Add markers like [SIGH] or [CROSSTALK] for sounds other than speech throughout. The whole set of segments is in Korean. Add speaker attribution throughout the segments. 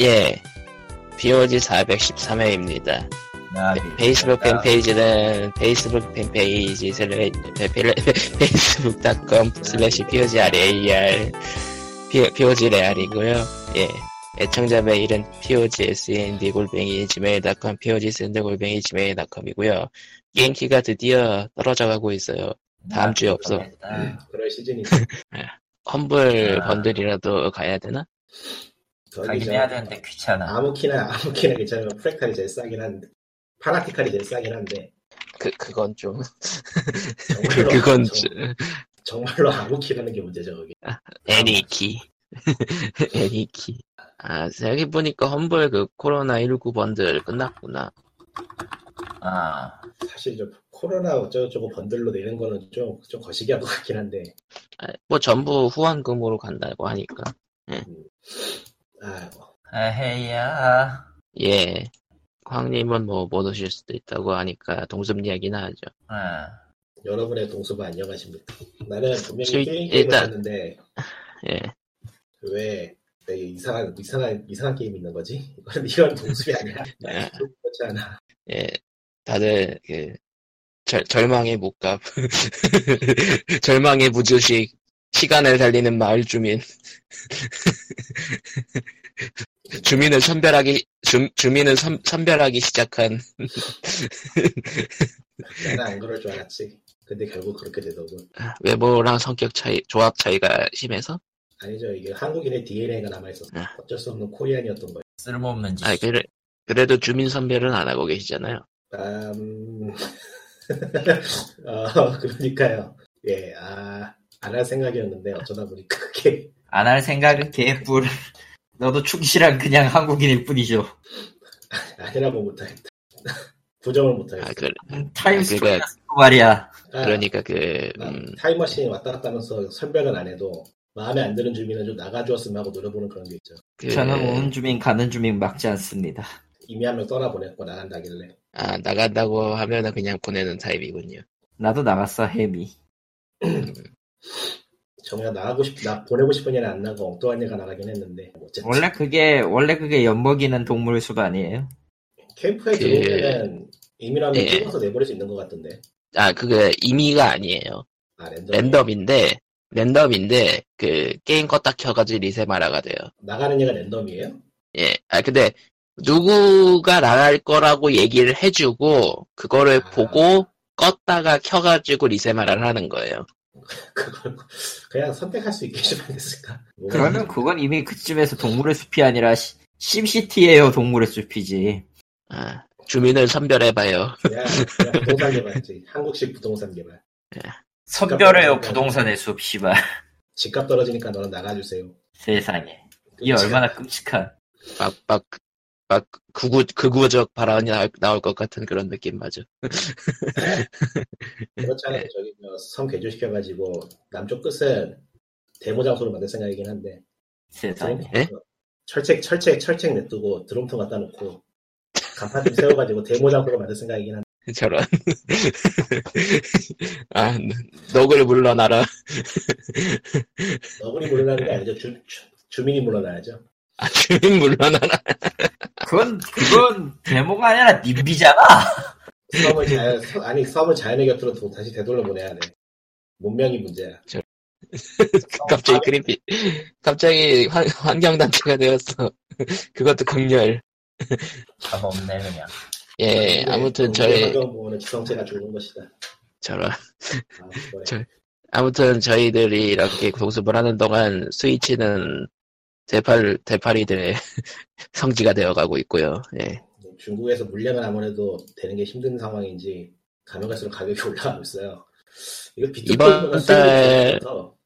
Speaker 1: 예. POG 413회입니다.
Speaker 2: 아,
Speaker 1: 네, 예. 페이스북 팬페이지는 페이스북 팬페이지 슬래 페이스북.com 슬래시 POG RAR POG 레알이고요. 예. 애청자 메일은 POG SND 골뱅이 gmail.com POG 샌드 골뱅이 gmail.com이고요. 게임키가 드디어 떨어져가고 있어요. 다음 주에 없어.
Speaker 2: 아,
Speaker 3: 그럴 시즌이
Speaker 1: 험블
Speaker 2: 아.
Speaker 1: 번들이라도 가야 되나?
Speaker 2: 가긴 음. 해야 되는데 귀찮아.
Speaker 3: 아무 키나 아무 키나 괜찮으면 프레칼이 제일 싸긴 한데 파나티칼이 제일 싸긴 한데
Speaker 1: 그 그건 좀
Speaker 3: 정말로
Speaker 1: [LAUGHS] 그건
Speaker 3: 정-
Speaker 1: 좀
Speaker 3: 정말로 아무 키라는 게 문제죠 거기
Speaker 1: [LAUGHS] 애니키. 애니키. 아, 생각해보니까 험블 그 코로나19 번들 끝났구나.
Speaker 2: 아,
Speaker 3: 사실 좀 코로나 어쩌고저쩌고 번들로 내는 거는 좀, 좀 거시기한 것 같긴 한데
Speaker 1: 아, 뭐 전부 후원금으로 간다고 하니까.
Speaker 3: 아 뭐,
Speaker 2: 에헤이야.
Speaker 1: 예. 광님은 뭐 못 오실 수도 있다고 하니까 동숲 이야기나 하죠.
Speaker 2: 아,
Speaker 3: 여러분의 동수가 안녕하십니까 나는 분명히
Speaker 1: 저희
Speaker 3: 게임 게임을
Speaker 1: 일단-
Speaker 3: 봤는데
Speaker 1: 예.
Speaker 3: 왜 되게 이상한 이상한 이상한 게임 있는 거지 [LAUGHS] 이건 이건 동수이 아니야
Speaker 1: 예.
Speaker 3: 그렇지 않아
Speaker 1: 예. 다들 그 절, 절망의 목값. [LAUGHS] 절망의 무주식. 시간을 달리는 마을 주민. [LAUGHS] 주민을 선별하기, 주, 주민을 선, 선별하기 시작한
Speaker 3: 나는 안 그럴 줄 알았지 근데 결국 그렇게 되더군
Speaker 1: 외모랑 성격 차이, 조합 차이가 심해서?
Speaker 3: 아니죠 이게 한국인의 DNA가 남아있어서
Speaker 1: 아.
Speaker 3: 어쩔 수 없는 코리안이었던 거예요
Speaker 2: 쓸모없는 짓.
Speaker 1: 아, 그래, 그래도 주민 선별은 안 하고 계시잖아요.
Speaker 3: 음... [LAUGHS] 어, 그러니까요 예, 아, 안 할 생각이었는데 어쩌다 보니까 그게
Speaker 2: 안 할 생각은 개뿔. [LAUGHS] 너도 충실한 그냥 한국인일 뿐이죠.
Speaker 3: 아니라고 못하겠다 [LAUGHS] 부정을 못하겠어
Speaker 1: 아, 그, 아,
Speaker 2: 타임스토리가
Speaker 1: 그러니까-
Speaker 2: 말이야.
Speaker 3: 네. 아,
Speaker 1: 그러니까 그,
Speaker 3: 아,
Speaker 1: 음,
Speaker 3: 타임머신 왔다 갔다 하면서 선별은 안 해도 마음에 안 드는 주민은 좀 나가주었으면 하고 노려보는 그런 게 있죠
Speaker 1: 그,
Speaker 2: 저는 오는 주민 가는 주민 막지 않습니다.
Speaker 3: 이미 한 명 떠나보냈고 나간다길래
Speaker 1: 아, 나간다고 하면은 그냥 보내는 타입이군요.
Speaker 2: 나도 나갔어 해미.
Speaker 3: 정말 나가고 싶, 나 보내고 싶은 애는 안 나고 엉뚱한 애가 나가긴 했는데 뭐 어쨌든
Speaker 2: 원래 그게 원래 그게 엿먹이는 동물 수반이에요.
Speaker 3: 캠프에
Speaker 1: 그-
Speaker 3: 들어오면은 임의라면
Speaker 1: 예.
Speaker 3: 찍어서 내버릴 수 있는 것 같던데
Speaker 1: 아, 그게 임의가 아니에요.
Speaker 3: 아 랜덤
Speaker 1: 랜덤인데, 랜덤인데, 그, 게임 껐다 켜가지고 리셋 마라가 돼요.
Speaker 3: 나가는 애가 랜덤이에요? [LAUGHS]
Speaker 1: 예, 아, 근데, 누구가 나갈 거라고 얘기를 해주고, 그거를
Speaker 3: 아.
Speaker 1: 보고, 껐다가 켜가지고 리셋 마라를 하는 거예요.
Speaker 3: 그걸 뭐 그냥 선택할 수 있게 해주면 안 됐을까? 뭐,
Speaker 2: 그러면 그건 이미 그쯤에서 동물의 숲이 아니라 시- 심시티예요 동물의 숲이지.
Speaker 1: 아, 주민을 선별해봐요.
Speaker 3: 그냥, 그냥 부동산 개발이지 한국식 부동산 개발
Speaker 2: 선별해요 부동산의 숲 시발.
Speaker 3: 집값 떨어지니까 너는 나가주세요
Speaker 2: 세상에. 이 얼마나 끔찍한.
Speaker 1: 막, 막, 막, 극우, 극우적 발언이 나올, 나올 것 같은 그런 느낌 맞아.
Speaker 3: 그렇잖아요 저기 저성 개조시켜가지고 남쪽 끝은 데모 장소로 만들 생각이긴 한데
Speaker 2: 세상에.
Speaker 1: 예?
Speaker 3: 철책 철책 철책 냅두고 드럼통 갖다 놓고 간판 좀 세워가지고 데모 장소로 만들 생각이긴 한데
Speaker 1: 저런. 아, 너구리 물러나라.
Speaker 3: 너구리 물러나는 게 아니죠 주, 주- 주민이 물러나야죠
Speaker 1: 아, 주민 물러나라.
Speaker 2: 그건 그건 데모가 아니라 님비잖아.
Speaker 3: 썸을 자연, 서- [LAUGHS] 아니 썸을 자연의 곁으로 도- 다시 되돌려 보내야 돼. 문명이 문제야.
Speaker 1: [LAUGHS] 갑자기 그린피, 갑자기 환, 환경단체가 되었어. [LAUGHS] 그것도 극렬.
Speaker 2: 답 없네 그냥.
Speaker 3: 네,
Speaker 1: 예,
Speaker 3: 그러니까
Speaker 1: 아무튼 저희,
Speaker 3: 환경보호는 지성체가 죽은 것이다.
Speaker 1: 저런.
Speaker 3: 아, 그거야.
Speaker 1: 저- 아무튼 저희들이 이렇게 공습을 하는 동안 스위치는 대팔, 대팔이들의 [LAUGHS] 성지가 되어가고 있고요. 예.
Speaker 3: 중국에서 물량은 아무래도 되는 게 힘든 상황인지 가면 갈수록 가격이 올라가고 있어요. 이거
Speaker 1: 이번
Speaker 3: 비트코인보다
Speaker 1: 달-
Speaker 3: 수익이 더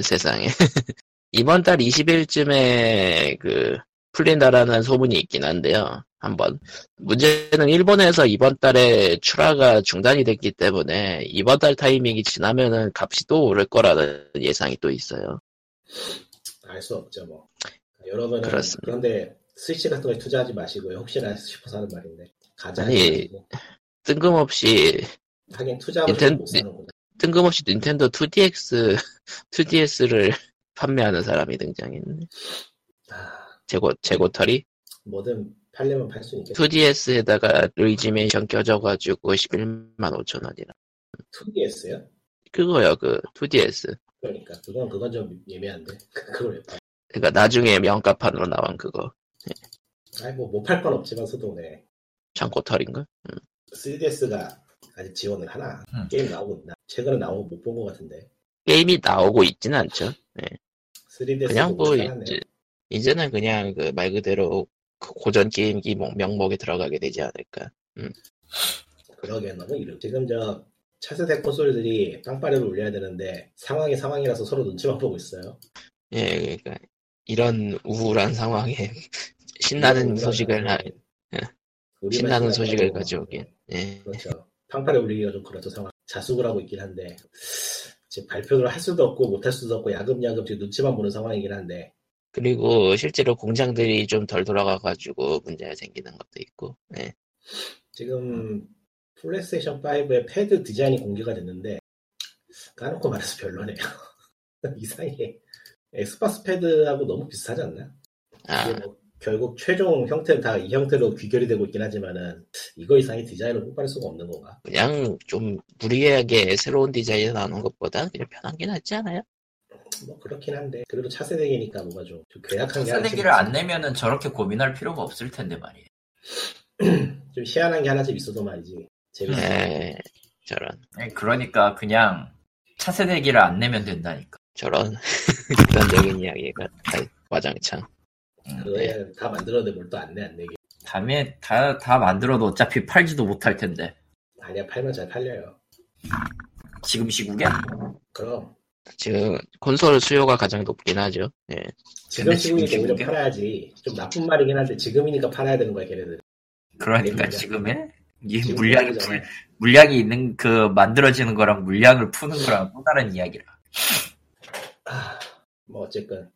Speaker 1: 세상에. [LAUGHS] 이번 달 20일쯤에 그 풀린다라는 소문이 있긴 한데요. 한번. 문제는 일본에서 이번 달에 출하가 중단이 됐기 때문에 이번 달 타이밍이 지나면은 값이 또 오를 거라는 예상이 또 있어요.
Speaker 3: 알수 없죠 뭐. 여러분은
Speaker 1: 그렇습니다.
Speaker 3: 그런데 스위치 같은 거에 투자하지 마시고요. 혹시나 싶어서 하는 말인데 가자.
Speaker 1: 아니,
Speaker 3: 해가지고.
Speaker 1: 뜬금없이
Speaker 3: 하긴 투자하면
Speaker 1: 인텐-
Speaker 3: 못 사는구나.
Speaker 1: 뜬금없이 닌텐도 [LAUGHS] 2DX [LAUGHS] 2DS를 판매하는 사람이 등장했네.
Speaker 3: 아,
Speaker 1: 재고 재고털이
Speaker 3: 뭐든 팔려면 팔 수 있겠죠.
Speaker 1: 2DS에다가 루이지 맨션 껴져가지고 11만 5천 원이라.
Speaker 3: 2DS요?
Speaker 1: 그거요, 그 2DS.
Speaker 3: 그러니까 그건 그건 좀 예매한데 [LAUGHS] 그걸 왜 팔?
Speaker 1: 그러니까 나중에 명가판으로 나온 그거.
Speaker 3: 아니 뭐 못 팔 건 없지만 소동네
Speaker 1: 창고털인가?
Speaker 3: 3DS가 아직 지원을 하나
Speaker 2: 음.
Speaker 3: 게임 나오고 있나? 최근에 나온 거 못 본 것 같은데
Speaker 1: 게임이 나오고 있진 않죠.
Speaker 3: 3DS
Speaker 1: 그냥 뭐 이제 이제는 그냥 그 말 그대로 그 고전 게임기 목- 명목에 들어가게 되지 않을까.
Speaker 3: 그러게 너무 이름 지금 저 차세대 콘솔들이 땅바닥을 올려야 되는데 상황이 상황이라서 서로 눈치만 보고 있어요.
Speaker 1: 예, 그러니까 이런 우울한 상황에 [LAUGHS] 신나는 소식을 하-
Speaker 3: 우리만
Speaker 1: 신나는
Speaker 3: 신나는
Speaker 1: 소식을
Speaker 3: 거고.
Speaker 1: 가져오긴. 예.
Speaker 3: 그렇죠. 팡팔에 올리기가 좀 그렇죠 상황. 자숙을 하고 있긴 한데 지금 발표를 할 수도 없고 못 할 수도 없고 야금야금 지금 눈치만 보는 상황이긴 한데
Speaker 1: 그리고 실제로 공장들이 좀 덜 돌아가가지고 문제가 생기는 것도 있고. 예.
Speaker 3: 지금 플레이스테이션 5의 패드 디자인이 공개가 됐는데 까놓고 말해서 별로네요. [LAUGHS] 이상해. 엑스박스 패드하고 너무 비슷하지 않나?
Speaker 1: 아,
Speaker 3: 이게 뭐 결국 최종 형태는 다 이 형태로 귀결이 되고 있긴 하지만은 이거 이상의 디자인을 뽑아낼 수가 없는 건가?
Speaker 1: 그냥 좀 무리하게 새로운 디자인 나오는 것보다 그냥 편한 게 낫지 않아요?
Speaker 3: 뭐 그렇긴 한데 그래도 차세대기니까 뭐가 좀, 좀 괴약한 게 하나
Speaker 2: 차세대기를 그 안 내면은 저렇게 고민할 필요가 없을 텐데 말이에요.
Speaker 3: 좀 희한한 게 하나씩 있어도 말이지 재밌어.
Speaker 1: 예. 저런,
Speaker 2: 네, 그러니까 그냥 차세대기를 안 내면 된다니까.
Speaker 1: 저런. [LAUGHS] 극단적인 이야기가 다- 와장창.
Speaker 2: 음,
Speaker 3: 그거에 다 만들었는데 뭘 또 안 내 안 내게.
Speaker 2: 다음에 다, 다 만들어도 어차피 팔지도 못할 텐데.
Speaker 3: 아니야 팔면 잘 팔려요.
Speaker 2: 지금 시국에?
Speaker 3: 그럼
Speaker 1: 지금 콘솔 수요가 가장 높긴 하죠. 예.
Speaker 3: 지금
Speaker 2: 근데
Speaker 3: 시국이니까
Speaker 2: 지금
Speaker 3: 오히려
Speaker 2: 시국이야?
Speaker 3: 팔아야지. 좀 나쁜 말이긴 한데 지금이니까 팔아야 되는 거야 걔네들.
Speaker 2: 그러니까
Speaker 3: 물량.
Speaker 2: 지금에? 이
Speaker 3: 지금
Speaker 2: 물량이,
Speaker 3: 팔아야잖아.
Speaker 2: 불- 물량이 있는 그 만들어지는 거랑 물량을 푸는 거랑 또 다른 이야기라.
Speaker 3: 아, 뭐 어쨌건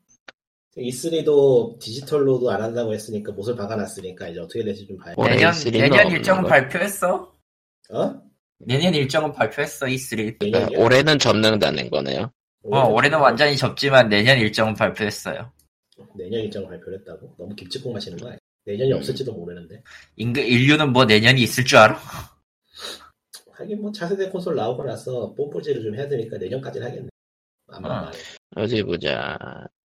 Speaker 3: E3도 디지털로도 안 한다고 했으니까 못을 박아놨으니까 이제 어떻게 될지 좀 봐야.
Speaker 1: 올해
Speaker 2: 내년,
Speaker 1: E3는
Speaker 2: 내년
Speaker 1: 없는
Speaker 2: 일정은
Speaker 1: 거.
Speaker 2: 발표했어?
Speaker 3: 어?
Speaker 2: 내년 일정은 발표했어, E3.
Speaker 1: 그러니까
Speaker 3: 내년이야?
Speaker 1: 올해는 접는다는 거네요.
Speaker 2: 어, 올해는 완전히 접지만 내년 일정은 발표했어요.
Speaker 3: 내년 일정을 발표를 했다고? 너무 김치국 마시는 거 아니야? 내년이
Speaker 2: 음.
Speaker 3: 없을지도 모르는데.
Speaker 2: 인구, 인류는 뭐 내년이 있을 줄 알아?
Speaker 3: 하긴 뭐 차세대 콘솔 나오고 나서 뽐뿌질을 좀 해야 되니까 내년까지는 하겠네. 아마
Speaker 2: 어.
Speaker 3: 말해.
Speaker 1: 어디 보자.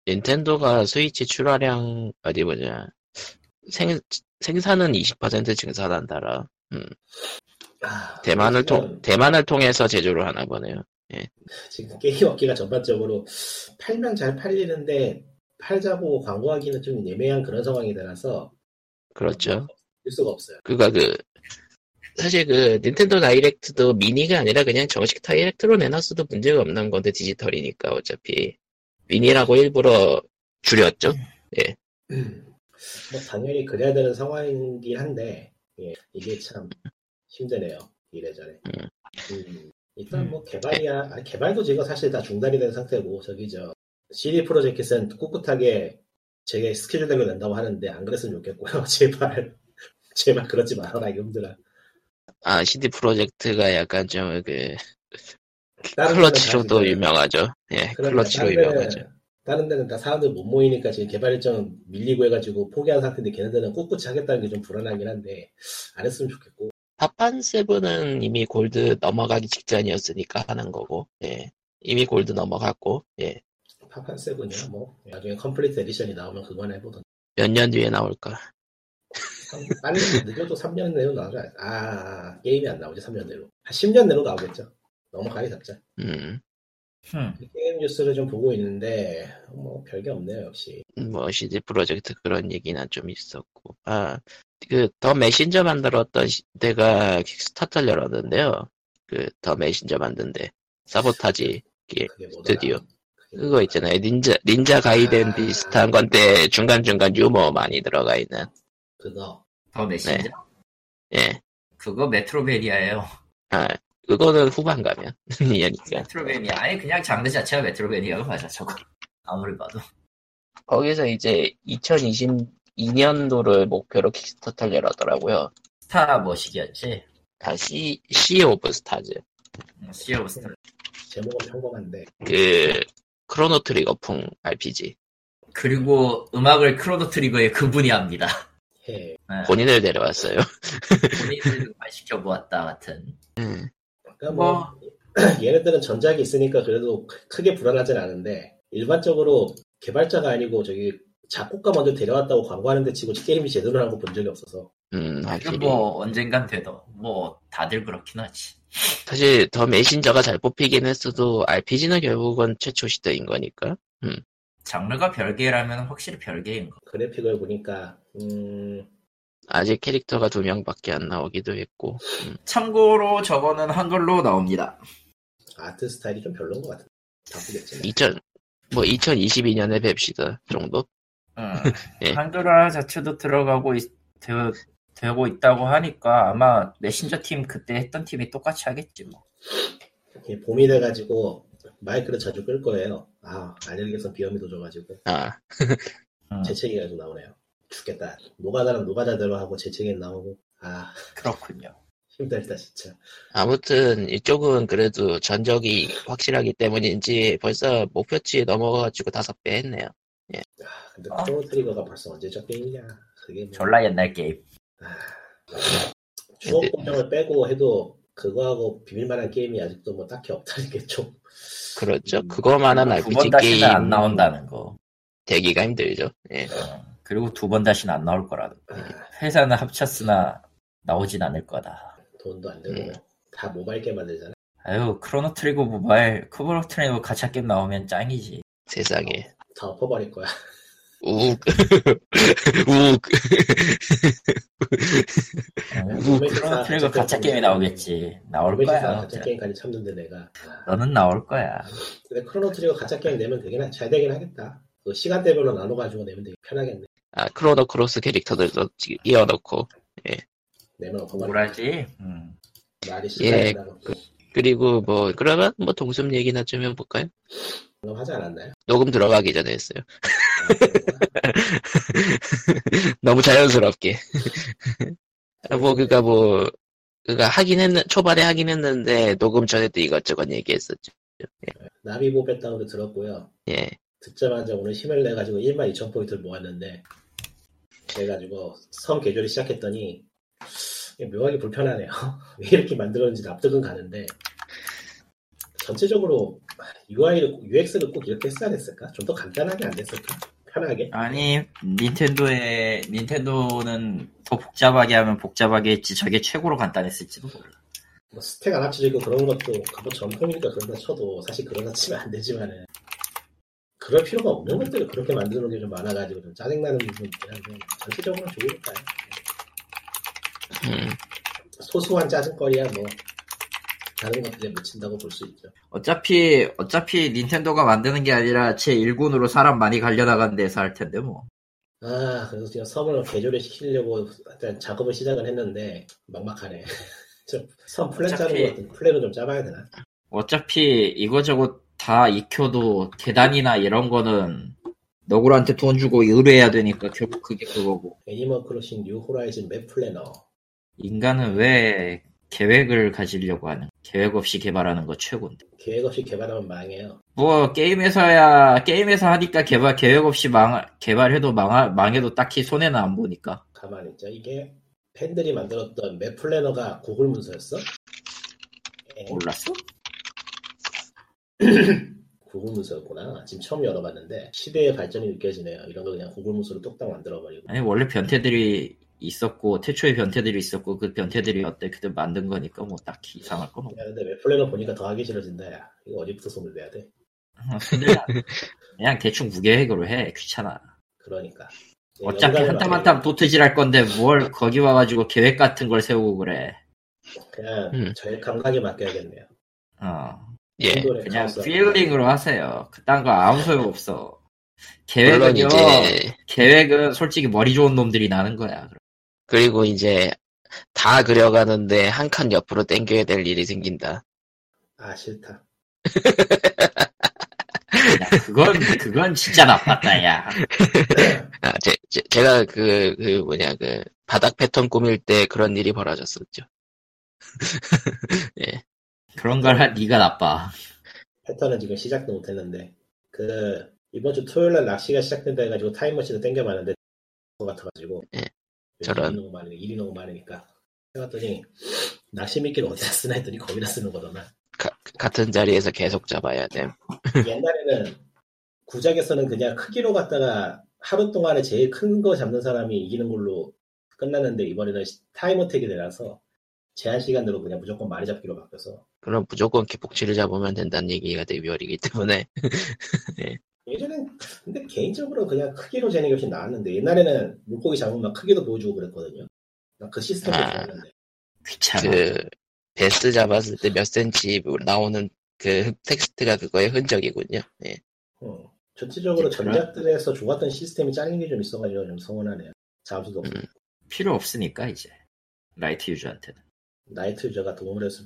Speaker 1: 닌텐도가 스위치 출하량 어디 보자. 생 생산은 20% 증산한다라.
Speaker 3: 아,
Speaker 1: 대만을
Speaker 3: 지금-
Speaker 1: 통 대만을 통해서 제조를 하나 보네요.
Speaker 3: 지금 게임 업계가 전반적으로 팔면 잘 팔리는데 팔자고 광고하기는 좀 예매한 그런 상황이 되라서
Speaker 1: 그렇죠.
Speaker 3: 일 수가 없어요.
Speaker 1: 그가 그 사실 그 닌텐도 다이렉트도 미니가 아니라 그냥 정식 다이렉트로 내놨어도 문제가 없는 건데 디지털이니까 어차피 미니라고 일부러 줄였죠.
Speaker 3: 네. 뭐 당연히 그래야 되는 상황이긴 한데 예, 이게 참 힘드네요 이래저래.
Speaker 1: 음.
Speaker 3: 음, 일단 뭐 개발이야 아, 개발도 지금 사실 다 중단이 된 상태고 저기 저 CD 프로젝트는 꿋꿋하게 제 스케줄대로 낸다고 하는데 안 그랬으면 좋겠고요 [LAUGHS] 제발 제발 그러지 말아라 이거 힘들어.
Speaker 1: 아 CD 프로젝트가 약간 좀그
Speaker 3: 다른 데는 다
Speaker 1: 클러치로도
Speaker 3: 지금-
Speaker 1: 유명하죠. 예,
Speaker 3: 그러니까
Speaker 1: 클러치로
Speaker 3: 다른 데는-
Speaker 1: 유명하죠.
Speaker 3: 다른 데는 다 사람들 못 모이니까 지금 개발 일정 밀리고 해가지고 포기한 상태인데 걔네들은 꿋꿋이 하겠다는 게 좀 불안하긴 한데 안 했으면 좋겠고
Speaker 1: 파판 세븐은 이미 골드 넘어가기 직전이었으니까 하는 거고, 예. 이미 골드 넘어갔고, 예.
Speaker 3: 파판
Speaker 1: 네.
Speaker 3: 세븐이야 뭐 나중에 컴플리트 에디션이 나오면 그건 해보던
Speaker 1: 몇 년 뒤에 나올까.
Speaker 3: 참 빨리 늦어도 3년 내로 나오지 않- 아, 아, 아, 게임이 안 나오지 3년 내로 한 10년 내로 나오겠죠 너무 가리 잡자
Speaker 1: 음,
Speaker 2: 흠.
Speaker 3: 게임 뉴스를 좀 보고 있는데 뭐 별게 없네요 역시
Speaker 1: 뭐, CD 프로젝트 그런 얘기는 좀 있었고. 아, 그, 더 메신저 만들었던 시대가 킥스타터를 열었는데요. 그, 더 메신저 만든데. 사보타지.
Speaker 3: 그게 뭐더라
Speaker 1: 예, 드디어.
Speaker 3: 그게
Speaker 1: 그거
Speaker 3: 뭐더라.
Speaker 1: 있잖아요. 닌자, 닌자 가이덴 비슷한 건데, 중간중간 유머 많이 들어가 있는.
Speaker 3: 그거
Speaker 2: 더 메신저?
Speaker 1: 예.
Speaker 2: 그거 메트로베니아예요.
Speaker 1: 아, 그거는 후반 가면. [LAUGHS] 이니까
Speaker 2: 메트로베니아. 아니 그냥 장르 자체가 메트로베니아가 맞아 저거. 아무리 봐도.
Speaker 1: 거기서 이제 2022년도를 목표로 킥스타터를 열었더라고요.
Speaker 2: 스타 머시기였지.
Speaker 1: 다시 시 오브 스타즈.
Speaker 2: 시어브스타 음,
Speaker 3: 제목은 평범한데
Speaker 1: 그 크로노 트리거풍 RPG.
Speaker 2: 그리고 음악을 크로노 트리거의 그분이 합니다. 네,
Speaker 3: 해.
Speaker 1: 본인을 데려왔어요.
Speaker 2: 본인을 시켜보았다 같은.
Speaker 1: 음,
Speaker 3: 그러니까 뭐, [CLEARS THROAT] 얘네들은 전작이 있으니까 그래도 크- 크게 불안하진 않은데 일반적으로 개발자가 아니고 저기 작곡가 먼저 데려왔다고 광고하는 데 치고 게임이 제대로 나온 거본 적이 없어서
Speaker 1: 음, 확실히.
Speaker 2: 뭐 언젠간 되더. 뭐 다들 그렇긴 하지.
Speaker 1: 사실 더 메신저가 잘 뽑히긴 했어도 RPG는 결국은 최초 시대인 거니까.
Speaker 2: 장르가 별개라면 확실히 별개인 거.
Speaker 3: 그래픽을 보니까 음,
Speaker 1: 아직 캐릭터가 두 명밖에 안 나오기도 했고.
Speaker 2: 참고로 저거는 한글로 나옵니다.
Speaker 3: 아트 스타일이 좀 별론 것 같은데 바꾸겠지.
Speaker 1: 2000, 뭐 2022년에 뵙시다 정도?
Speaker 2: 응.
Speaker 1: [LAUGHS] 예.
Speaker 2: 어, 한글화 자체도 들어가고 있, 되, 고 있다고 하니까 아마 메신저 팀 그때 했던 팀이 똑같이 하겠지 뭐.
Speaker 3: 이게 봄이 돼가지고 마이크를 자주 끌 거예요. 아 알레르기성 비염이 도져가지고
Speaker 1: 아,
Speaker 2: 응,
Speaker 3: 재채기가 좀 나오네요. 죽겠다. 노가다는 노가다대로 하고 재채기는 나오고 아
Speaker 2: 그렇군요.
Speaker 3: 힘들다 진짜.
Speaker 1: 아무튼 이쪽은 그래도 전적이 확실하기 때문인지 벌써 목표치에 넘어가가지고 다섯 배 했네요.
Speaker 3: 아, 근데
Speaker 2: 아.
Speaker 3: 크로노 트리거가 벌써 언제적 게임이냐? 그게 뭐.
Speaker 2: 졸라 옛날 게임.
Speaker 3: 추억 공정을 빼고 해도 그거하고 비밀만한 게임이 아직도 뭐 딱히 없다는 게 좀.
Speaker 1: 그렇죠.
Speaker 3: 음,
Speaker 1: 그거만한
Speaker 2: 두 번
Speaker 1: RPG 게임
Speaker 2: 다시는 안 나온다는 거.
Speaker 1: 되기가 힘들죠. 예.
Speaker 2: 응. 그리고 두 번 다시는 안 나올 거라도.
Speaker 3: 아,
Speaker 2: 회사는 합쳤으나 나오진 않을 거다.
Speaker 3: 돈도 안 되고
Speaker 1: 음.
Speaker 3: 다 모바일 게임 만들잖아.
Speaker 2: 아유 크로노 트리거 모바일, 크로노 트리거 가챠 게임 나오면 짱이지.
Speaker 1: 세상에.
Speaker 3: 다 엎어버릴 거야.
Speaker 2: [LAUGHS]
Speaker 1: 우욱. [LAUGHS] 우욱.
Speaker 2: 아유,
Speaker 3: 로맨스
Speaker 2: 크로노 트리거 가챠 게임이 나오겠지. 나올
Speaker 3: 로맨스사
Speaker 2: 거야.
Speaker 3: 가짜 게임까지 참는데 내가. 아,
Speaker 2: 너는 나올 거야.
Speaker 3: 근데 크로노 트리거 가짜 게임 내면 되긴 하- 잘 되긴 하겠다. 그 시간대별로 나눠가지고 내면 되게 편하겠네.
Speaker 1: 아, 크로노 크로스 캐릭터들도 지- 이어놓고.
Speaker 3: 내면 엎어버릴 거야.
Speaker 2: 뭐라지? 음.
Speaker 3: 말이
Speaker 1: 예,
Speaker 3: 시간이라고
Speaker 1: 그리고 뭐, 그러면 뭐 동숲 얘기나 좀 해볼까요?
Speaker 3: 하지 않았나요?
Speaker 1: 녹음 들어가기 전에 했어요. [LAUGHS] 너무 자연스럽게. [LAUGHS] 아, 뭐, 그니까 뭐, 그니까 하긴 했는, 초반에 하긴 했는데, 녹음 전에도 이것저것 얘기했었죠.
Speaker 3: 나비보 백다운을 들었고요.
Speaker 1: 예.
Speaker 3: 듣자마자 오늘 힘을 내가지고 1만 2천 포인트를 모았는데 그래가지고 섬 개조를 시작했더니 이게 묘하게 불편하네요 [LAUGHS] 왜 이렇게 만들었는지 납득은 가는데 전체적으로 UI를 UX를 꼭 이렇게 했어야 됐을까? 좀 더 간단하게 안 됐을까? 편하게?
Speaker 2: 아니 닌텐도의 닌텐도는 더 복잡하게 하면 복잡하게 했지 저게 최고로 간단했을지도 몰라.
Speaker 3: 뭐 스택 안 합쳐지고 그런 것도 그거 전통이니까 그런다 쳐도 사실 그런다 치면 안 되지만은 그럴 필요가 없는 것들을 그렇게 만드는 게 좀 많아가지고 좀 짜증나는 부분이 있긴 한데 전체적으로 좋으니까요
Speaker 1: 음,
Speaker 3: 소소한 짜증거리야 뭐 다른 것들에 묻힌다고 볼 수 있죠.
Speaker 2: 어차피 어차피 닌텐도가 만드는 게 아니라 제 일군으로 사람 많이 갈려나간 데서 할 텐데 뭐.
Speaker 3: 아 그래서 지금 섬을 개조를 시키려고 일단 작업을 시작을 했는데 막막하네. [LAUGHS] 좀섬 플랜
Speaker 2: 어차피-
Speaker 3: 짜는 것 같은 플랜을 좀 짜봐야 되나?
Speaker 2: 어차피 이거저거 다 익혀도 계단이나 이런 거는 너구리한테 돈 주고 의뢰해야 되니까 결국 그게 그거고
Speaker 3: 애니멀 크로싱 뉴 호라이즌 맵 플래너.
Speaker 2: 인간은 왜 계획을 가지려고 하는 계획 없이 개발하는 거 최고인데.
Speaker 3: 계획 없이 개발하면 망해요.
Speaker 2: 뭐 게임에서야 계획에서 하니까 개발 계획 없이 망 개발해도 망 망해도 딱히 손해는 안 보니까
Speaker 3: 가만히 있자. 이게 팬들이 만들었던 맵 플래너가 구글 문서였어? 에,
Speaker 2: 몰랐어?
Speaker 3: 구글 문서였구나. 지금 처음 열어봤는데 시대의 발전이 느껴지네요. 이런 거 그냥 구글 문서로 뚝딱 만들어버리고.
Speaker 2: 아니 원래 변태들이 있었고 태초에 변태들이 있었고 그 변태들이 어때 그때 만든 거니까 뭐 딱히 이상할 건 없고
Speaker 3: 야, 근데 웹 플래너 보니까 더 하기 싫어진다, 야. 이거 어디부터 손을 내야 돼?
Speaker 2: 아, 그냥, 그냥 대충 무계획으로 해 귀찮아
Speaker 3: 그러니까.
Speaker 2: 어차피
Speaker 3: 연간을
Speaker 2: 한땀
Speaker 3: 만들고
Speaker 2: 한땀 도트질 할 건데 뭘 거기 와가지고 계획 같은 걸 세우고 그래
Speaker 3: 그냥
Speaker 1: 음.
Speaker 3: 저의 감각에 맡겨야겠네요.
Speaker 2: 어
Speaker 1: 예.
Speaker 3: 충돌의
Speaker 2: 그냥
Speaker 3: 카오스라고.
Speaker 2: 필링으로 하세요 그딴 거 아무 소용 없어
Speaker 1: 물론
Speaker 2: 계획은요
Speaker 1: 이제,
Speaker 2: 계획은 솔직히 머리 좋은 놈들이 나는 거야.
Speaker 1: 그리고 이제, 다 그려가는데 한 칸 옆으로 당겨야 될 일이 생긴다.
Speaker 2: [LAUGHS]
Speaker 3: 아 싫다.
Speaker 2: 야, 그러니까 그건 그건 진짜 나빴다 야.
Speaker 1: 아, 제, 제, 제가 그, 그 뭐냐, 그, 바닥 패턴 꾸밀 때 그런 일이 벌어졌었죠.
Speaker 2: 그런 걸 한 네가 나빠.
Speaker 3: 패턴은 지금 시작도 못했는데 그 이번 주 토요일 날 낚시가 시작된다 해가지고 타임머신을 땡겨봤는데 그거 같아가지고
Speaker 1: 예. 저런.
Speaker 3: 일이 너무 많으니까, 일이 너무 많으니까. 해봤더니, 낚시 미끼를 어디다 쓰나 했더니 거기다 쓰는
Speaker 1: [LAUGHS]
Speaker 3: 거더만.
Speaker 1: 가- 같은 자리에서 계속 잡아야 됨.
Speaker 3: 옛날에는 구작에서는 그냥 크기로 갖다가 하루 동안에 제일 큰 거 잡는 사람이 이기는 걸로 끝났는데 이번에는 시- 타임어택이 되라서 제한 시간대로 그냥 무조건 많이 잡기로 바뀌어서
Speaker 1: 그럼 무조건 기폭치를 잡으면 된다는 얘기가 대비월이기 때문에
Speaker 3: 예전엔 근데 개인적으로 그냥 크기로 재는 게 훨씬 나았는데 옛날에는 물고기 잡으면 막 크기도 보여주고 그랬거든요. 난그 시스템이
Speaker 1: 아.
Speaker 3: 좋았는데
Speaker 2: 귀찮아.
Speaker 1: 그 베스 잡았을 때 몇 센치 나오는 그 텍스트가 그거의 흔적이군요. 예.
Speaker 3: 어. 전체적으로
Speaker 2: 그렇구나.
Speaker 3: 전작들에서 좋았던 시스템이 잘린 게 좀 있어가지고 좀 서운하네요. 잠수도 없고
Speaker 1: 음.
Speaker 2: 필요 없으니까 이제 라이트 유저한테는.
Speaker 3: 나이트 유저가 동물에서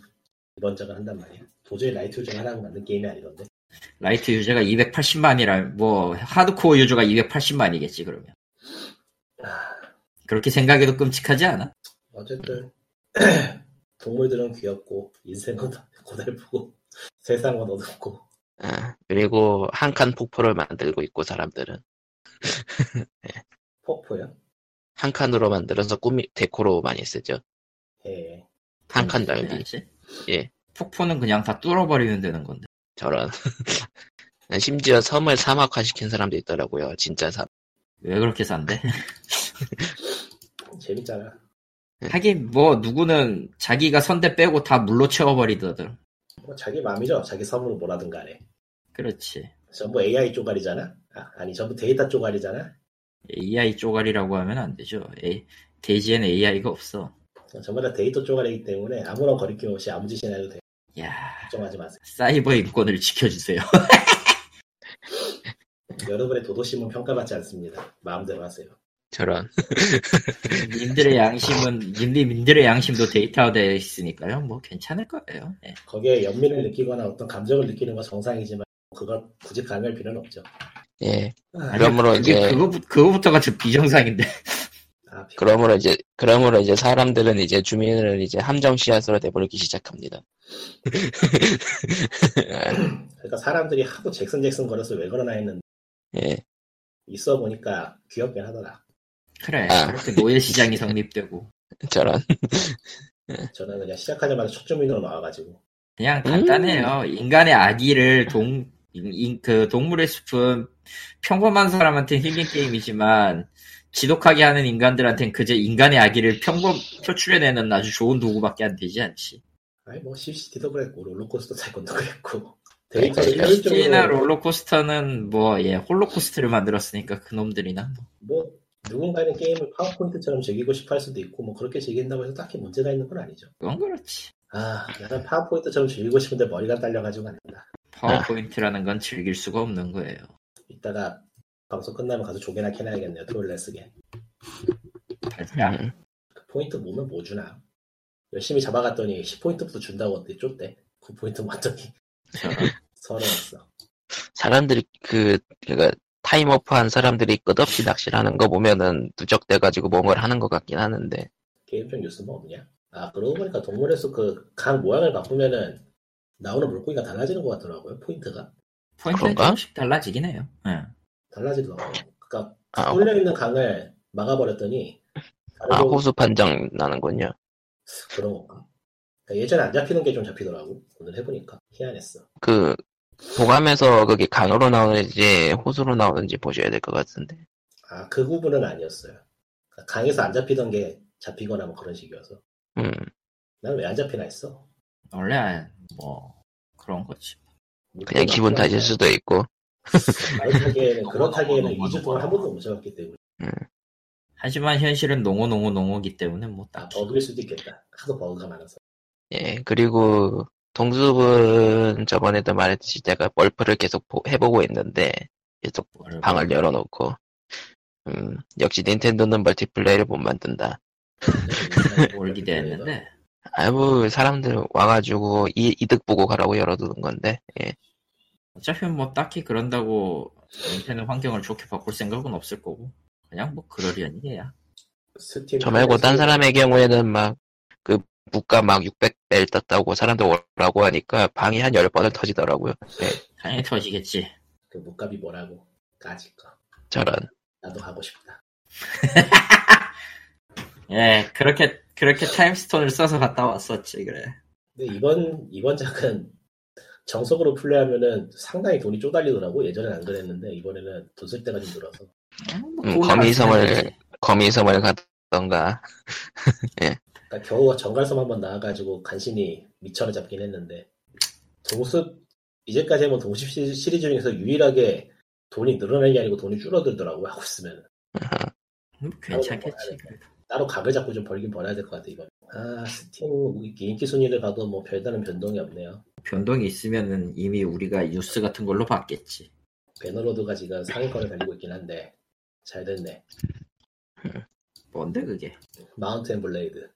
Speaker 3: 이번 작을 한단 말이야. 도저히 나이트 유저가 하라고 만든 게임이 아니던데.
Speaker 2: 라이트 유저가 280만이라 뭐 하드코어 유저가 280만이겠지 그러면.
Speaker 3: 아,
Speaker 2: 그렇게 생각해도 끔찍하지 않아?
Speaker 3: 어쨌든 [CLEARS THROAT] 동물들은 귀엽고 인생은 [LAUGHS] 고달프고 [LAUGHS] 세상은 어둡고
Speaker 1: 아, 그리고 한 칸 폭포를 만들고 있고 사람들은
Speaker 3: 폭포야.
Speaker 1: 한 칸으로 만들어서 꾸미 데코로 많이 쓰죠.
Speaker 3: 예.
Speaker 1: 한 칸 넓이 예.
Speaker 2: 폭포는 그냥 다 뚫어버리면 되는 건데.
Speaker 1: 저런. [LAUGHS] 심지어 섬을 사막화 시킨 사람도 있더라고요. 진짜 섬.
Speaker 2: 왜
Speaker 1: [LAUGHS]
Speaker 2: 그렇게 산대?
Speaker 3: 재밌잖아.
Speaker 2: 하긴 뭐 누구는 자기가 선대 빼고 다 물로 채워버리더들.
Speaker 3: 뭐 자기 마음이죠. 자기 섬으로 뭐라든가 해.
Speaker 2: 그렇지.
Speaker 3: 전부 AI 쪼가리잖아. 아, 아니 전부 데이터 쪼가리잖아.
Speaker 2: AI 쪼가리라고 하면 안 되죠. A, 대지엔 AI가 없어.
Speaker 3: 전부 다 데이터 쪼가리이기 때문에 아무런 거리낌 없이 아무 짓이나 해도 돼.
Speaker 2: 야
Speaker 3: 걱정하지 마세요.
Speaker 2: 사이버 인권을 지켜주세요.
Speaker 3: 여러분의 도도심은 평가받지 않습니다. 마음대로 하세요.
Speaker 1: 저런. [LAUGHS]
Speaker 2: 님들의 양심은 님들 님들의 양심도 데이터화되어 있으니까요. 뭐 괜찮을 거예요. 네.
Speaker 3: 거기에 연민을 느끼거나 어떤 감정을 느끼는 건 정상이지만 그걸 굳이 강요할 필요는 없죠.
Speaker 1: 예.
Speaker 3: 아,
Speaker 1: 그러므로
Speaker 2: 그게
Speaker 1: 이제
Speaker 2: 그거 그거부터가 좀 비정상인데. [LAUGHS]
Speaker 3: 아,
Speaker 1: 그러므로 이제 그러므로 이제 사람들은 이제 주민을 이제 함정 씨앗으로 내버리기 시작합니다.
Speaker 3: 그러니까 사람들이 하도 잭슨 잭슨 걸어서 왜 그러나 했는데
Speaker 1: 예.
Speaker 3: 있어 보니까 귀엽긴 하더라.
Speaker 2: 그래.
Speaker 1: 아.
Speaker 2: 그렇게 노예 시장이 성립되고
Speaker 1: 저런. [LAUGHS]
Speaker 3: 저는 그냥 시작하자마자 첫 주민으로 나와가지고
Speaker 2: 그냥 간단해요. 인간의 악의를 동 인- 인- 그 동물의 숲은 평범한 사람한테 힐링 게임이지만 지독하게 하는 인간들한텐 그저 인간의 악의를 평범 표출해내는 아주 좋은 도구밖에 안 되지 않지.
Speaker 3: 아니 뭐 CCT도 그랬고 롤러코스터 타이콘도 그랬고
Speaker 1: 그러니까
Speaker 3: 데이터를
Speaker 2: 시나
Speaker 3: 효율적으로
Speaker 2: 롤러코스터는 뭐 예 홀로코스트를 만들었으니까 그 놈들이나 뭐.
Speaker 3: 뭐 누군가는 게임을 파워포인트처럼 즐기고 싶어 할 수도 있고 뭐 그렇게 즐긴다고 해서 딱히 문제가 있는 건 아니죠.
Speaker 2: 그건 그렇지.
Speaker 3: 아 나는 파워포인트처럼 즐기고 싶은데 머리가 딸려가지고 안 된다.
Speaker 2: 파워포인트라는 건 즐길 수가 없는 거예요.
Speaker 3: 이따가 방송 끝나면 가서 조개나 캐놔야겠네요. 토요일날 쓰게.
Speaker 2: 발표야.
Speaker 3: 그 포인트 모으면 뭐 주나? 열심히 잡아갔더니 10포인트부터 준다고 어때? 쫓대. 9포인트 왔더니 [LAUGHS] 서러웠어.
Speaker 1: 사람들이 그 그러니까 타임오프한 사람들이 끝없이 낚시를 하는 거 보면은 누적돼가지고 뭔가를 하는 것 같긴 하는데
Speaker 3: 게임적 뉴스는 없냐? 아 그러고 보니까 동물에서 그 각 모양을 바꾸면은 나오는 물고기가 달라지는 것 같더라고요 포인트가
Speaker 2: 포인트는
Speaker 1: 그런가?
Speaker 2: 조금씩 달라지긴 해요. 예.
Speaker 3: 달라지더라고요 그러니까
Speaker 1: 아, 호,
Speaker 3: 뚫려있는 강을 막아버렸더니 다른
Speaker 1: 아
Speaker 3: 거-
Speaker 1: 호수 판정 나는군요.
Speaker 3: 그런 건가 그러니까 예전에 안 잡히는 게 좀 잡히더라고 오늘 해보니까 희한했어
Speaker 1: 그 도감에서 그게 강으로 나오는지 호수로 나오는지 보셔야 될 것 같은데
Speaker 3: 아 그 부분은 아니었어요 그러니까 강에서 안 잡히던 게 잡히거나 뭐 그런 식이어서
Speaker 1: 음
Speaker 3: 난 왜 안 잡히나 했어
Speaker 2: 원래 뭐 그런 거지.
Speaker 1: 그냥 기분 탓일 수도 있고
Speaker 3: 뭐 그렇다기에는 그렇다기에는
Speaker 2: 너무
Speaker 3: 2주 동안 한 번도 못 잡았기 때문에
Speaker 2: 하지만 현실은 농어 농어 농어기 때문에 뭐
Speaker 3: 아
Speaker 2: 딱히
Speaker 3: 버그일 수도 있겠다 하도 버그가 많아서
Speaker 1: 예 그리고 동숲은 저번에도 말했듯이 제가 월프를 계속 보- 해보고 있는데 계속
Speaker 2: 뭐를
Speaker 1: 방을 열어놓고 음 역시 닌텐도는 멀티플레이를 못 만든다.
Speaker 2: 뭘 기대했는데
Speaker 1: 아이고 뭐, 사람들 와가지고 이, 이득 보고 가라고 열어두는 건데 예.
Speaker 2: 어차피 뭐 딱히 그런다고 인터넷 환경을 좋게 바꿀 생각은 없을 거고 그냥 뭐 그러려니 해야
Speaker 3: 스팀
Speaker 1: 저 말고 딴 사람의 경우에는 막 그 물가 막 600벨 떴다고 사람들 오라고 하니까 방이 한 10번을 터지더라고요 예,
Speaker 2: 당연히 터지겠지
Speaker 3: 그 목값이 뭐라고 까짓 거
Speaker 1: 저런
Speaker 3: 나도 하고 싶다
Speaker 2: 예, 그렇게, 그렇게 타임스톤을 써서 갔다 왔었지, 그래.
Speaker 3: 근데 이번 이번 작은 정석으로 플레이하면은 상당히 돈이 쪼달리더라고. 예전엔 안 그랬는데 이번에는 돈 쓸 때가 좀 늘어서.
Speaker 2: 뭐
Speaker 1: 음, 거미섬을 거미섬을 가던가
Speaker 3: 그러니까 겨우 정갈섬 한번 나와가지고 간신히 미천을 잡긴 했는데 동숲 이제까지 해본 동숲 시- 시리즈 중에서 유일하게 돈이 늘어나는 게 아니고 돈이 줄어들더라고 하고 있으면
Speaker 2: 음, 괜찮겠지. 그래도.
Speaker 3: 따로 각을 잡고 좀 벌긴 벌어야 될 것 같아 이번. 아 스팀 인기 순위를 봐도 뭐 별다른 변동이 없네요.
Speaker 2: 변동이 있으면은 이미 우리가 뉴스 같은 걸로 봤겠지.
Speaker 3: 배너로드가 지금 상위권을 달리고 있긴 한데 잘 됐네.
Speaker 2: 뭔데, 그게?
Speaker 3: 마운틴 블레이드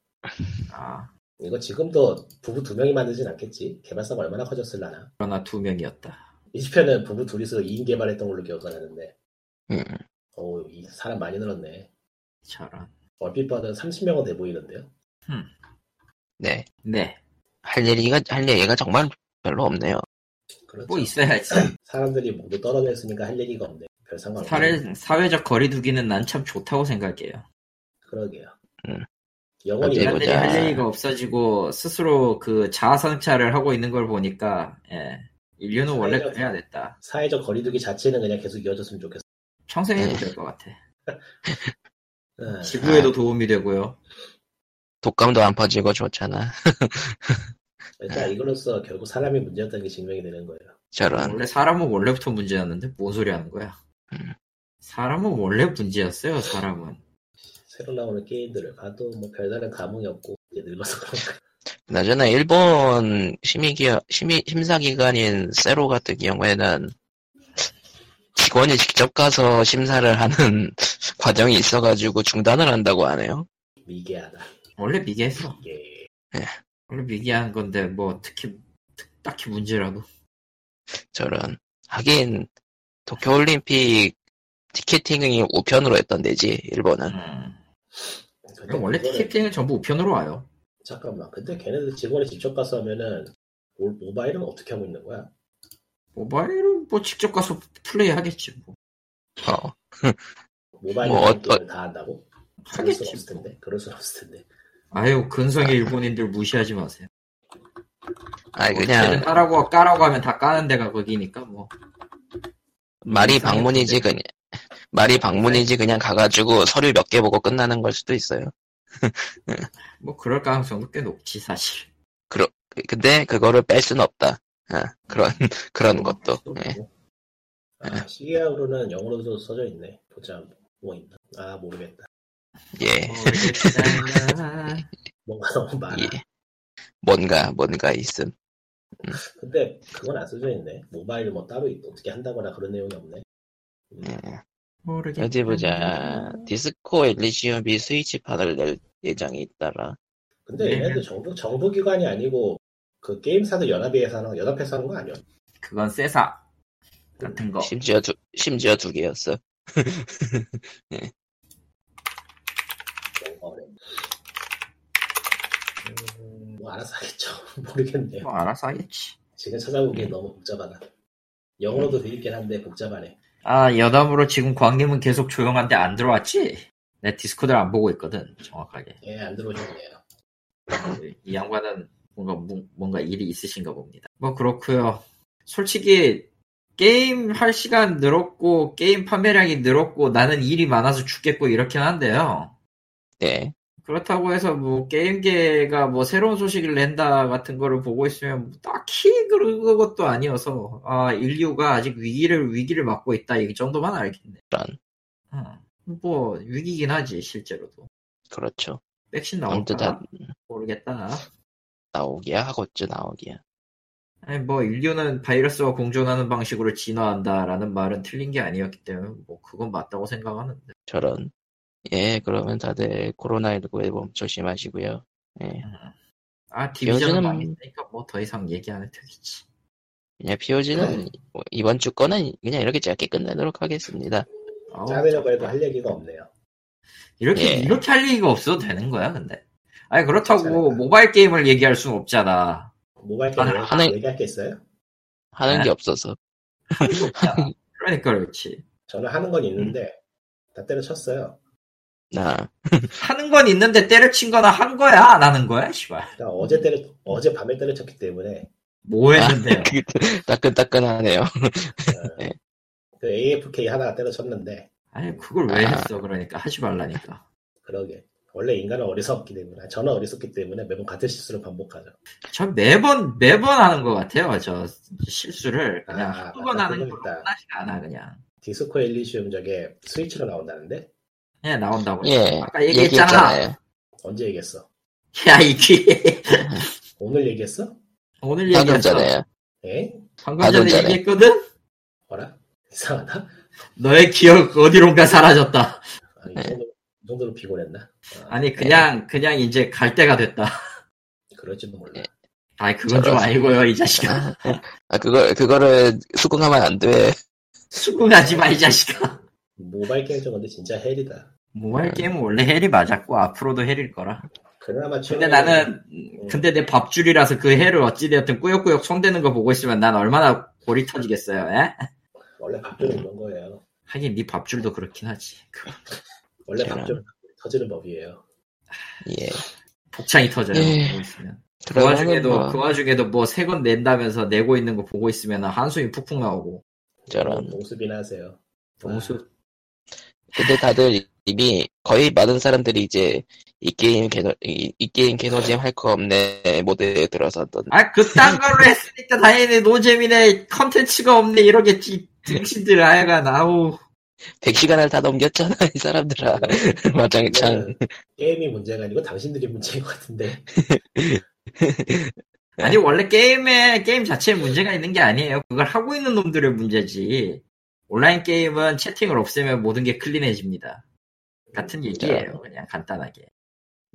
Speaker 2: 아,
Speaker 3: 이거 지금도 부부 두 명이 만들진 않겠지? 개발사가 얼마나 커졌을라나.
Speaker 2: 그러나 두 명이었다.
Speaker 3: 20편은 부부 둘이서 2인 개발했던 걸로 기억하는데
Speaker 1: 음.
Speaker 3: 어우 이 사람 많이 늘었네
Speaker 2: 저런.
Speaker 3: 얼핏 봐도 30명은 돼 보이는데요
Speaker 1: 네.
Speaker 2: 네,
Speaker 1: 할 얘기가 할 얘기가 정말 별로 없네요.
Speaker 3: 그렇죠
Speaker 2: 뭐 있어야지.
Speaker 3: 사람들이 모두 떨어져 있으니까 할 얘기가 없네 별 상관 없네
Speaker 2: 사회, 사회적 거리두기는 난 참 좋다고 생각해요.
Speaker 3: 그러게요
Speaker 1: 음.
Speaker 3: 영원히
Speaker 1: 어디
Speaker 3: 이런
Speaker 1: 보자.
Speaker 2: 사람들이
Speaker 3: 일이 할
Speaker 2: 할
Speaker 3: 얘기-
Speaker 2: 얘기가 없어지고 스스로 그 자아성찰을 하고 있는 걸 보니까 예, 인류는 원래
Speaker 3: 사회적-
Speaker 2: 그래야 됐다.
Speaker 3: 사회적 거리두기 자체는 그냥 계속 이어졌으면 좋겠어
Speaker 2: 평생 해도
Speaker 3: 네.
Speaker 1: 예.
Speaker 2: 될 것 같아.
Speaker 3: 아,
Speaker 2: 지구에도 도움이 되고요.
Speaker 1: 독감도 안 퍼지고 좋잖아.
Speaker 3: 일단 이걸로써 결국 사람이 문제였다는 게 증명이 되는 거예요
Speaker 1: 저런.
Speaker 2: 원래 사람은 원래부터 문제였는데 뭔 소리 하는 거야?
Speaker 1: 음.
Speaker 2: 사람은 원래 문제였어요. 사람은
Speaker 3: 새로 나오는 게임들을 봐도 뭐 별다른 감흥이 없고 이제 늙어서 그런가
Speaker 1: 나저나 일본 심의기어, 심의, 심사기관인 세로 같은 경우에는 직원이 직접 가서 심사를 하는 [LAUGHS] 과정이 있어가지고 중단을 한다고 하네요.
Speaker 3: 미개하다
Speaker 2: 원래 미개했어.
Speaker 3: 이게
Speaker 2: 원래 미개한 건데 뭐 특히 특- 딱히 문제라도
Speaker 1: 저런. 하긴, 도쿄올림픽 티켓팅이 우편으로 했던데지, 일본은.
Speaker 2: 음.
Speaker 3: 근데
Speaker 2: 원래
Speaker 3: 그거를-
Speaker 2: 티켓팅은 전부 우편으로 와요.
Speaker 3: 잠깐만. 근데 걔네들 직원이 직접 가서 하면은 올- 모바일은 어떻게 하고 있는 거야?
Speaker 2: 모바일은 뭐 직접 가서 플레이 하겠지 뭐.
Speaker 1: 어,
Speaker 3: 모바일
Speaker 1: 뭐
Speaker 3: 뭐,
Speaker 1: 어떤-
Speaker 3: 게임을 다 한다고? 그럴 순
Speaker 2: 하겠지
Speaker 3: 없을
Speaker 2: 뭐.
Speaker 3: 텐데. 그럴 순 없을 텐데.
Speaker 2: 아유 근성의 일본인들 무시하지 마세요.
Speaker 1: 아니,
Speaker 2: 걔는
Speaker 1: 그냥,
Speaker 2: 까라고 까라고 하면 다 까는 데가 거기니까 뭐
Speaker 1: 말이 방문이지, 그냥. 말이 방문이지, 그냥 가가지고 서류 몇 개 보고 끝나는 걸 수도 있어요.
Speaker 2: 뭐 그럴 가능성도 꽤 높지 사실.
Speaker 1: 근데 그거를 뺄 수는 없다. 어, 그런 [LAUGHS] 그런 것도. 예.
Speaker 3: 뭐.
Speaker 1: 네.
Speaker 3: 아, 시계하고는 영어로도 써져 있네. 보자. 뭐 있나? 아, 모르겠다.
Speaker 1: 예.
Speaker 2: 모르겠잖아.
Speaker 3: 뭔가 [LAUGHS] 너무 많아.
Speaker 1: 예. 뭔가 뭔가 있음.
Speaker 3: 근데 그건 안 써져 있네. 모바일 뭐 따로 있- 어떻게 한다거나 그런 내용이 없네.
Speaker 1: 예.
Speaker 2: 음. 모르겠.
Speaker 1: 어디 보자. 디스코 엘리시움이 스위치판을 낼 예정이 있더라.
Speaker 3: 근데
Speaker 2: 네.
Speaker 3: 얘네들 정부, 정부기관이 아니고 그 게임사들 연합회에서 하는, 연합회에서 하는 거 아니야?
Speaker 2: 그건 세사 같은 거.
Speaker 1: 심지어 두 심지어 두 개였어.
Speaker 3: 뭔가 그래. 음, 뭐 알아서 하겠죠. [LAUGHS] 모르겠네요.
Speaker 2: 뭐 알아서 하겠지.
Speaker 3: 지금 찾아보기엔
Speaker 2: 음.
Speaker 3: 너무 복잡하다. 영어로도 돼 있긴 한데 복잡하네.
Speaker 2: 아 여담으로 지금 광님은 계속 조용한데 안 들어왔지? 내 디스코드를 안 보고 있거든 정확하게.
Speaker 3: 예, 안 들어오셨네요.
Speaker 2: 이 양반은 뭔가 무- 뭔가 일이 있으신가 봅니다. 뭐 그렇고요. 솔직히 게임 할 시간 늘었고 게임 판매량이 늘었고 나는 일이 많아서 죽겠고 이렇긴 한데요.
Speaker 1: 네.
Speaker 2: 그렇다고 해서 뭐 게임계가 뭐 새로운 소식을 낸다 같은 거를 보고 있으면 딱히 그런 것도 아니어서 아 인류가 아직 위기를 위기를 맞고 있다 이 정도만 알겠네.
Speaker 1: 란.
Speaker 2: 어. 뭐 위기긴 하지 실제로도
Speaker 1: 그렇죠.
Speaker 2: 백신
Speaker 1: 아무튼
Speaker 2: 나올까
Speaker 1: 다
Speaker 2: 모르겠다.
Speaker 1: 나오기야 하고쯤 나오기야.
Speaker 2: 아니, 뭐 인류는 바이러스와 공존하는 방식으로 진화한다라는 말은 틀린 게 아니었기 때문에 뭐 그건 맞다고 생각하는데
Speaker 1: 저런. 예. 그러면 다들 코로나19에 몸 조심하시고요. 예.
Speaker 2: 아 디비전은
Speaker 1: 요즘은-
Speaker 2: 망했으니까 뭐 더 이상 얘기 안 해도 되겠지
Speaker 1: 그냥
Speaker 2: 네.
Speaker 1: POG는 이번 주 거는 그냥 이렇게 짧게 끝내도록 하겠습니다.
Speaker 2: 아우,
Speaker 3: 짜내려고 해도 할 얘기가 없네요.
Speaker 2: 이렇게
Speaker 1: 예.
Speaker 2: 이렇게 할 얘기가 없어도 되는 거야 근데 아니 네. 그렇다고
Speaker 3: 괜찮아요.
Speaker 2: 모바일 게임을 얘기할 순 없잖아
Speaker 3: 모바일
Speaker 2: 아,
Speaker 3: 게임
Speaker 1: 하는-
Speaker 3: 얘기할 게 있어요?
Speaker 1: 하는
Speaker 2: 네.
Speaker 1: 게 없어서.
Speaker 2: [LAUGHS] 없잖아. 그러니까 그렇지 음.
Speaker 3: 저는 하는 건 있는데 다 때려쳤어요.
Speaker 1: 아, [LAUGHS]
Speaker 2: 하는 건 있는데 때려친 거나 한 거야 안 하는 거야 씨발
Speaker 3: 그러니까 어제 때려 어제 밤에 때려쳤기 때문에
Speaker 2: 뭐 했는데요
Speaker 1: 그, 따끈따끈하네요.
Speaker 3: 그 AFK 하나 때려쳤는데
Speaker 2: 아니 그걸 왜
Speaker 1: 아.
Speaker 2: 했어 그러니까 하지 말라니까
Speaker 3: 그러게 원래 인간은 어리석기 때문에 저는 어리석기 때문에 매번 같은 실수를 반복하죠.
Speaker 2: 저 매번 매번 하는 것 같아요 저 실수를 그냥
Speaker 3: 아,
Speaker 2: 한두 번
Speaker 3: 맞다,
Speaker 2: 하는
Speaker 3: 그건
Speaker 2: 걸
Speaker 3: 있다.
Speaker 2: 하나씩 안 하 그냥
Speaker 3: 디스코 엘리시움 저게 스위치로 나온다는데
Speaker 2: 예 나온다고
Speaker 1: 예,
Speaker 2: 아까 얘기했잖아
Speaker 1: 얘기했잖아요.
Speaker 3: 언제 얘기했어?
Speaker 2: 야이 귀 [LAUGHS]
Speaker 3: 오늘 얘기했어?
Speaker 2: 오늘
Speaker 1: 방금
Speaker 2: 얘기했어
Speaker 1: 전에요.
Speaker 3: 에?
Speaker 2: 방금
Speaker 1: 방금
Speaker 2: 전에
Speaker 1: 전에.
Speaker 2: 얘기했거든
Speaker 3: 어라? 이상하다.
Speaker 2: 너의 기억 어디론가 사라졌다
Speaker 3: 아,
Speaker 2: 네.
Speaker 3: 이, 정도로, 이 정도로 피곤했나? 아,
Speaker 2: 아니
Speaker 1: 예.
Speaker 2: 그냥 그냥 이제 갈 때가 됐다
Speaker 3: 그럴지도
Speaker 2: 네.
Speaker 3: 몰라.
Speaker 2: 아이 그건 좀
Speaker 1: 저런.
Speaker 2: 아니고요 이 자식아
Speaker 1: 아, 그걸, 그거를 수긍하면 안 돼. [LAUGHS]
Speaker 2: 수긍하지 마 이
Speaker 1: 예.
Speaker 2: 자식아
Speaker 3: 모바일 게임 저건데 진짜 헬이다.
Speaker 2: 모바일 게임은 원래 헬이 맞았고 앞으로도 헬일 거라
Speaker 3: 그나마 음,
Speaker 2: 근데
Speaker 3: 최근에
Speaker 2: 나는
Speaker 3: 예.
Speaker 2: 근데 내 밥줄이라서 그 해를 어찌되었든 꾸역꾸역 손대는 거 보고 있으면 난 얼마나 골이 터지겠어요. 예?
Speaker 3: 원래 밥줄은 이런 거예요.
Speaker 2: 하긴 네 밥줄도 그렇긴 하지. 그
Speaker 3: 원래
Speaker 1: 저런.
Speaker 3: 밥줄은 터지는 법이에요.
Speaker 1: 예.
Speaker 2: 복창이 터져요.
Speaker 1: 예.
Speaker 2: 보고 있으면. 그
Speaker 1: 그러면은
Speaker 2: 와중에도
Speaker 1: 뭐,
Speaker 2: 그 와중에도 뭐 세 건 낸다면서 내고 있는 거 보고 있으면 한숨이 푹푹 나오고
Speaker 1: 저런.
Speaker 3: 동수비나 하세요. 아,
Speaker 2: 동수
Speaker 1: 근데 다들 이미 거의 많은 사람들이 이제 이 게임 개노 이, 이 게임 개노잼 할 거 없네 모드에 들어섰던
Speaker 2: 아 그딴 걸로 했으니까 다행히 노잼이네 컨텐츠가 없네 이러겠지 등신들 아야가 나오
Speaker 1: 100시간을 다 넘겼잖아 이
Speaker 2: [LAUGHS]
Speaker 1: 사람들아 마장창
Speaker 3: 이거는 게임이 문제가 아니고 당신들이 문제인 것 같은데
Speaker 1: 예.
Speaker 2: 아니 원래 게임에 게임 자체에 문제가 있는 게 아니에요. 그걸 하고 있는 놈들의 문제지. 온라인 게임은 채팅을 없애면 모든 게 클린해집니다. 같은 얘기예요. 그냥 간단하게.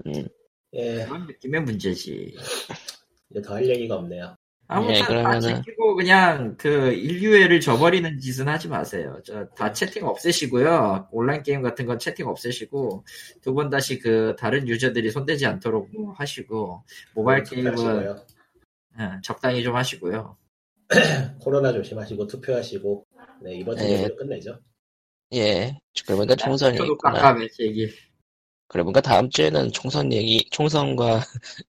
Speaker 1: 음,
Speaker 3: 예,
Speaker 2: 그런 느낌의 문제지.
Speaker 3: 이제 더 할 얘기가 없네요.
Speaker 2: 아무튼
Speaker 1: 예,
Speaker 2: 다
Speaker 1: 그러면은-
Speaker 2: 챙기고 그냥 그 인류애를 저버리는 짓은 하지 마세요. 저
Speaker 1: 예.
Speaker 2: 다 채팅 없애시고요. 온라인 게임 같은 건 채팅 없애시고 두 번 다시 그 다른 유저들이 손대지 않도록 하시고 모바일 게임은
Speaker 3: 음, 투표하시고요.
Speaker 2: 예, 적당히 좀 하시고요.
Speaker 3: 코로나 조심하시고 투표하시고 네, 이번 주
Speaker 1: 예.
Speaker 3: 얘기로 끝내죠.
Speaker 1: 예 그러니까 총선이
Speaker 2: 네. 저도
Speaker 1: 있구나
Speaker 2: 깜깜해 얘기.
Speaker 1: 그러니까 다음 주에는 총선 얘기 총선과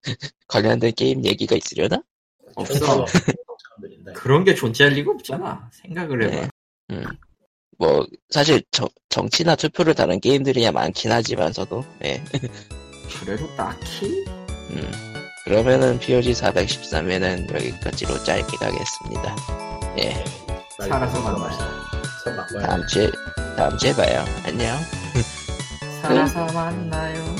Speaker 1: [LAUGHS] 관련된 게임 얘기가 있으려나?
Speaker 2: 없어.
Speaker 3: 사람들인데.
Speaker 2: 그런 게 존재할 리가 없잖아. 생각을 해봐.
Speaker 1: 네. 음. 뭐 사실 정- 정치나 투표를 다룬 게임들이야 많긴 하지만서도 예.
Speaker 2: 그래도 딱히
Speaker 1: 음. 그러면은 POG 413회는 여기까지로 짧게 가겠습니다. 예.
Speaker 3: 빨리
Speaker 2: 살아서
Speaker 3: 네, 선
Speaker 2: 만나요.
Speaker 3: 바꿔야- 선 바꿔야 돼.
Speaker 1: 다음 주에 다음 주에 봐요. 안녕.
Speaker 2: 살아서 만나요.